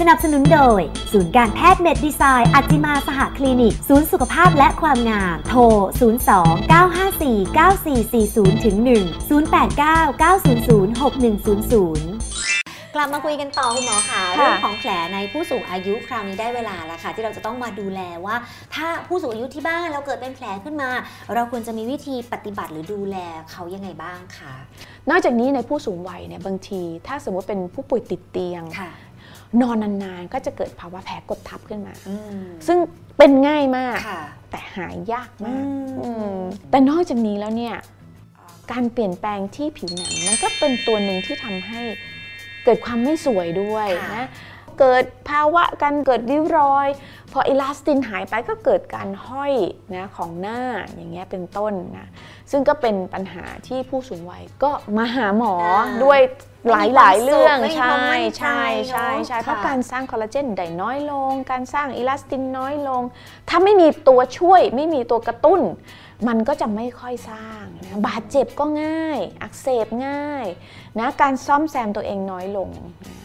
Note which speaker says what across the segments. Speaker 1: สนับสนุนโดย ศูนย์การแพทย์เมดดีไซน์อัจจิมาสหคลินิก ศูนย์สุขภาพและความงาม โทร 02 954 9440ถึง1 089 900 6100 กลับมาคุยกันต่อคุณหมอค่ะเรื่องของแผลในผู้สูงอายุคราวนี้ได้เวลาแล้วค่ะ ที่เราจะต้องมาดูแลว่า ถ้าผู้สูงอายุที่บ้านเราเกิดเป็นแผลขึ้นมา เราควรจะมีวิธีปฏิบัติหรือดูแลเขายังไงบ้างคะ
Speaker 2: นอกจากนี้ในผู้สูงวัยเนี่ยบางที ถ้าสมมติเป็นผู้ป่วยติดเตียง
Speaker 1: ค่ะ
Speaker 2: นอนนานๆ ก็จะเกิดภาวะแผลกดทับขึ้นมา
Speaker 1: อืม
Speaker 2: ซึ่งเป็นง่ายมาก
Speaker 1: ค่ะ
Speaker 2: แต่หายยากมาก
Speaker 1: อืม
Speaker 2: อืมแต่นอกจากนี้แล้วเนี่ยเอ่อการเปลี่ยนแปลงที่ผิวหนังมันก็เป็นตัวหนึ่งที่ทำให้เกิดความไม่สวยด้วย
Speaker 1: ค่ะ
Speaker 2: นะเกิดภาวะการเกิดริ้วรอย พออิลาสตินหายไปก็เกิดการห้อยนะของหน้าอย่างเงี้ยเป็นต้นนะซึ่งก็เป็นปัญหาที่ผู้สูงวัยก็มาหาหมออา ด้วยหลายหลาย
Speaker 1: ไม่มีความ
Speaker 2: เรื่อง
Speaker 1: สุขไม่มีค
Speaker 2: ใช่
Speaker 1: วามมั่นใจ
Speaker 2: ใช่ใช่ใช่
Speaker 1: เนอะ
Speaker 2: เพราะ
Speaker 1: ค่ะ
Speaker 2: การสร้างคอลลาเจนได้น้อยลง การสร้างอิลาสตินน้อยลง ถ้าไม่มีตัวช่วย ไม่มีตัวกระตุ้น มันก็จะไม่ค่อยสร้างนะบาดเจ็บก็ง่าย อักเสบง่ายนะการซ่อมแซมตัวเองน้อยลงนะ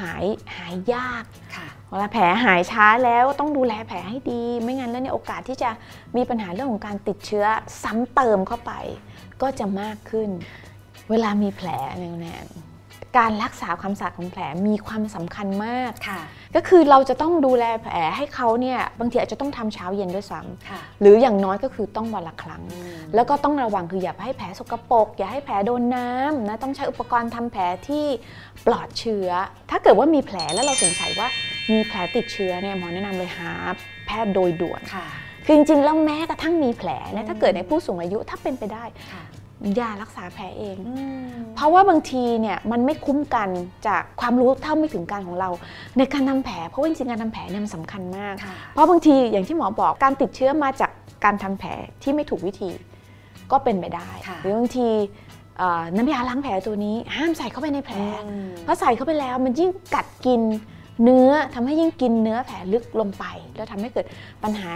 Speaker 2: หายหายยาก
Speaker 1: ค่ะ
Speaker 2: เวลาแผลหายช้าแล้วต้องดูแลแผลให้ดี ไม่งั้นแล้วเนี่ยโอกาสที่จะมีปัญหาเรื่องของการติดเชื้อซ้ำเติมเข้าไป ก็จะมากขึ้น เวลามีแผลเนี่ยแนนการรักษาความสะอาดของแผลมีความสำคัญมาก
Speaker 1: ค่ะ
Speaker 2: ก็คือเราจะต้องดูแลแผลให้เขาเนี่ยบางทีอาจจะต้องทำเช้าเย็นด้วยซ้ำ
Speaker 1: ค่ะ
Speaker 2: หรืออย่างน้อยก็คือต้องวันละครั้ง
Speaker 1: อืม
Speaker 2: แล้วก็ต้องระวังคืออย่าให้แผลสกปรกอย่าให้แผลโดนน้ำนะต้องใช้อุปกรณ์ทำแผลที่ปลอดเชื้อ ถ้าเกิดว่ามีแผลแล้วเราสงสัยว่ามีแผลติดเชื้อเนี่ยหมอแนะนำเลยหาแพทย์โดยด่วน
Speaker 1: ค่ะ
Speaker 2: คือจริงๆแล้วแม้กระทั่งมีแผลเน
Speaker 1: อื
Speaker 2: ย
Speaker 1: ม
Speaker 2: ถ้าเกิดในผู้สูงอายุถ้าเป็นไปได้
Speaker 1: ค่ะ
Speaker 2: อย่ารักษาแผลเอง
Speaker 1: อืม
Speaker 2: เพราะว่าบางทีเนี่ยมันไม่คุ้มกันจากความรู้เท่าไม่ถึงการของเรา ในการทำแผลเพราะว่าจริงๆการทำแผลเนี่ยมันสำคัญมาก
Speaker 1: ค่ะ
Speaker 2: เพราะบางทีอย่างที่หมอบอกการติดเชื้อมาจากการทำแผลที่ไม่ถูกวิธีก็เป็นไปได้
Speaker 1: ค่ะ
Speaker 2: หรือบางทีเอ่อน้ำยาล้างแผลตัวนี้ ห้ามใส่เข้าไปในแผล
Speaker 1: อืม
Speaker 2: เพราะใส่เข้าไปแล้วมันยิ่งกัดกินเนื้อทำให้ยิ่งกินเนื้อแผลลึกลงไป แล้วทำให้เกิดปัญหา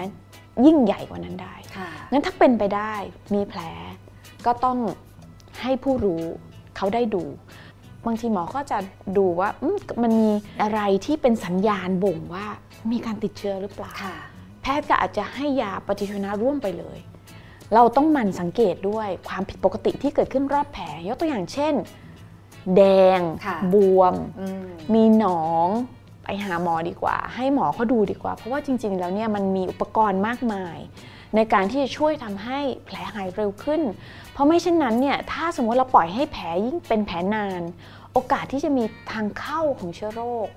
Speaker 2: ยิ่งใหญ่กว่านั้นได้
Speaker 1: ค่ะ
Speaker 2: งั้นถ้าเป็นไปได้มีแผลก็ต้องให้ผู้รู้เขาได้ดู บางทีหมอก็จะดูว่าอืมมันมีอะไรที่เป็นสัญญาณบ่งว่ามีการติดเชื้อหรือเปล่า
Speaker 1: ค่ะ
Speaker 2: แพทย์ก็อาจจะให้ยาปฏิชีวนะร่วมไปเลย เราต้องหมั่นสังเกตด้วยความผิดปกติที่เกิดขึ้นรอบแผลยกตัวอย่างเช่น แดง บวม
Speaker 1: อืม
Speaker 2: มีหนองไปหาหมอดีกว่า ให้หมอเขาดูดีกว่า เพราะว่าจริง ๆ แล้วเนี่ยมันมีอุปกรณ์มากมาย ในการที่จะช่วยทำให้แผลหายเร็วขึ้น เพราะไม่เช่นนั้นเนี่ยถ้าสมมติเราปล่อยให้แผลยิ่งเป็นแผลนาน โอกาสที่จะมีทางเข้าของเชื้อโรค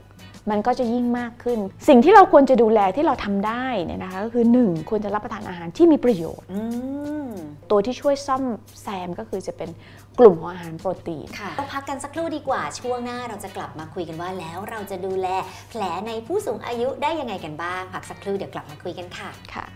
Speaker 2: มันก็จะยิ่งมากขึ้น สิ่งที่เราควรจะดูแลที่เราทำได้เนี่ยนะคะก็คือหนึ่งควรจะรับประทานอาหารที่มีประโยชน์
Speaker 1: อืม
Speaker 2: ตัวที่ช่วยซ่อมแซมก็คือจะเป็นกลุ่มของอาหารโปรตีน
Speaker 1: ค่ะเราพักกันสักครู่ดีกว่า ช่วงหน้าเราจะกลับมาคุยกันว่าแล้วเราจะดูแล แผลในผู้สูงอายุได้ยังไงกันบ้าง พักสักครู่เดี๋ยวกลับมาคุยกันค่ะ
Speaker 2: ค่ะ